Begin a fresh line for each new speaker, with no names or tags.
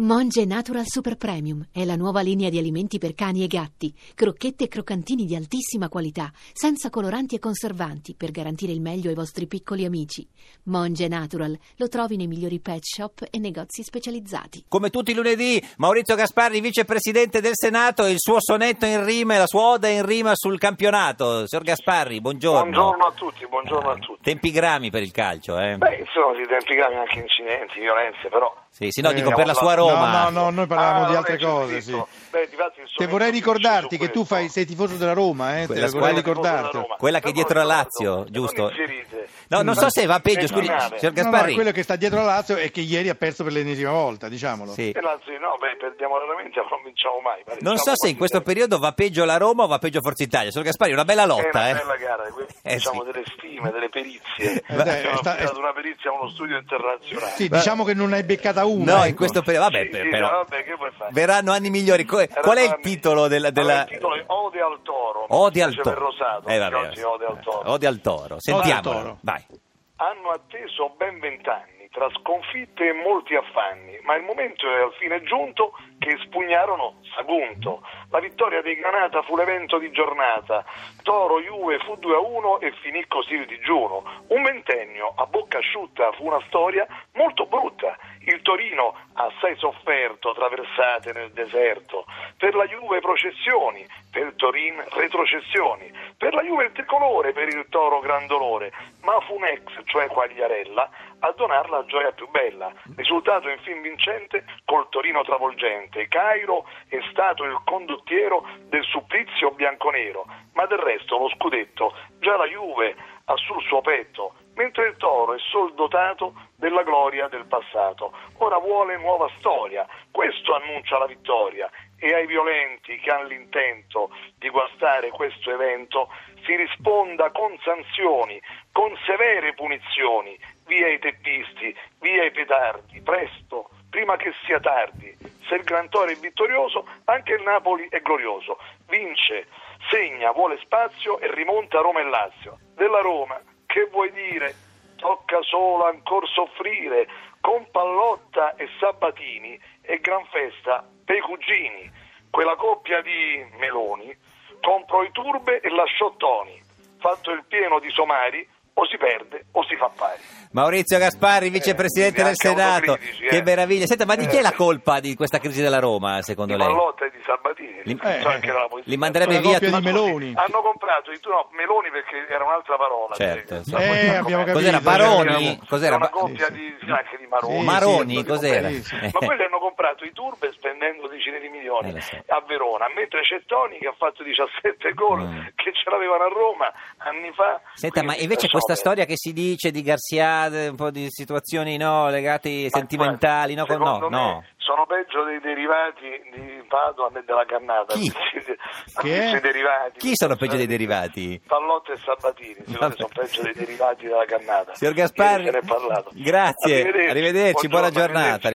Monge Natural Super Premium è la nuova linea di alimenti per cani e gatti, crocchette e croccantini di altissima qualità, senza coloranti e conservanti, per garantire il meglio ai vostri piccoli amici. Monge Natural lo trovi nei migliori pet shop e negozi specializzati.
Come tutti i lunedì, Maurizio Gasparri, vicepresidente del Senato, e il suo sonetto in rima e la sua oda in rima sul campionato. Signor Gasparri, buongiorno.
Buongiorno a tutti, buongiorno a tutti.
Tempi grami per il calcio, eh?
Beh, insomma, si identificano anche incidenti, violenze, però...
Sì, sì, no,
Eh,
dico per la sua
no,
Roma.
No, no, no, noi parlavamo
Ah,
di
vabbè,
altre
certo,
cose, sì.
certo. Beh, diversi sono
Te
i
vorrei
tuoi
ricordarti
uffici
che
su
tu fai,
questo.
sei tifoso della Roma, eh, te
Quella
lo vorrei
squadra-
ricordarti.
Quella che è dietro la
la
Lazio, giusto? No,
Mm.
non so se va peggio,
Eh,
scusi,
giornale.
signor
No, no,
Gasparri.
quello che sta dietro la Lazio e che ieri ha perso per l'ennesima volta, diciamolo.
Sì.
E Lazio no, beh, perdiamo veramente, ma non vinciamo mai. ma
Non so
diciamo
se in questo
qualche-
periodo va peggio la Roma o va peggio Forza Italia. Signor Gasparri, una bella
È
lotta,
una
eh.
bella gara, quindi,
Eh,
diciamo
sì.
delle stime, delle perizie.
Eh, dai,
Abbiamo
è sta- è-
affidato una perizia a uno studio internazionale.
Sì, diciamo che non ne hai beccata una.
No, in
ecco.
questo periodo, vabbè,
Sì,
per-
sì,
però
no, vabbè, che vuoi fare?
verranno anni migliori. Co-
Era
Qual è il
fammi-
titolo della... della...
Allora, il titolo è Ode al Toro.
Odi al
Invece
toro.
per Rosato,
Eh, vabbè,
che oggi è Ode al Toro.
Odi al toro.
Ode al
Sentiamolo.
toro.
Vai.
Hanno atteso ben vent'anni, tra sconfitte e molti affanni, ma il momento è al fine giunto che spugnarono Sagunto. La vittoria dei Granata fu l'evento di giornata. Toro Juve fu 2-1 e finì così il digiuno. Un ventennio a bocca asciutta fu una storia molto brutta. Il Torino assai sofferto, traversate nel deserto. Per la Juve processioni, per il Torino retrocessioni. Per la Juve il tricolore, per il Toro gran dolore. Ma fu un ex, cioè Quagliarella, a donarla a gioia più bella. Risultato infin vincente col Torino travolgente. Cairo è stato il condottiero del supplizio bianconero. Ma del resto lo scudetto già la Juve ha sul suo petto. Mentre il Toro è sol dotato della gloria del passato. Ora vuole nuova storia. Questo annuncia la vittoria e ai violenti che hanno l'intento di guastare questo evento si risponda con sanzioni, con severe punizioni, via i teppisti, via i petardi, presto, prima che sia tardi. Se il Gran Toro è vittorioso, anche il Napoli è glorioso. Vince, segna, vuole spazio e rimonta a Roma e Lazio. Della Roma, che vuoi dire? Tocca solo ancor soffrire con Pallotta e Sabatini e gran festa per i cugini. Quella coppia di Meloni comprò i turbe e lasciò Toni. Fatto il pieno di somari, o si perde o si fa pari.
Maurizio Gasparri,
Eh,
vicepresidente del
neanche
Senato.
autocritici, eh.
Che meraviglia. Senta, ma di chi è la colpa di questa crisi della Roma, secondo
Di
lei?
Pallotta e di Sabatini.
Li- Eh.
non so anche la politica.
li manderebbe
La
via
coppia
tutti.
Ma
di
scusi,
Meloni.
Hanno comprato i tu- no, Meloni perché era un'altra parola.
Certo,
Eh,
sì.
Eh, abbiamo capito.
Cos'era, Baroni?
abbiamo-
Cos'era?
Una
Ba-
coppia
sì,
di, anche di Maroni.
Sì,
Maroni,
sì,
cos'era?
sì, sì.
Ma quelli hanno comprato i turbe spendendo decine di milioni
Eh, lo so.
a Verona, mentre c'è Toni che ha fatto 17 gol
Mm.
che ce l'avevano a Roma anni fa.
Senta, ma
Quindi,
invece
insomma,
questa storia che si dice di Garcia, de- un po' di situazioni no, legate
ma
sentimentali, no, con-
guarda,
no,
secondo me
no.
Sono peggio dei derivati di Padoan e della Cannata.
Chi?
Ha
Chi
visto
è?
i derivati.
Chi sono peggio dei derivati?
Pallotta e Sabatini, secondo me
Vabbè.
sono peggio dei derivati della Cannata.
Signor Gasparri,
Ieri se ne è parlato.
grazie,
Arrivederci.
arrivederci, buona
Buongiorno,
giornata.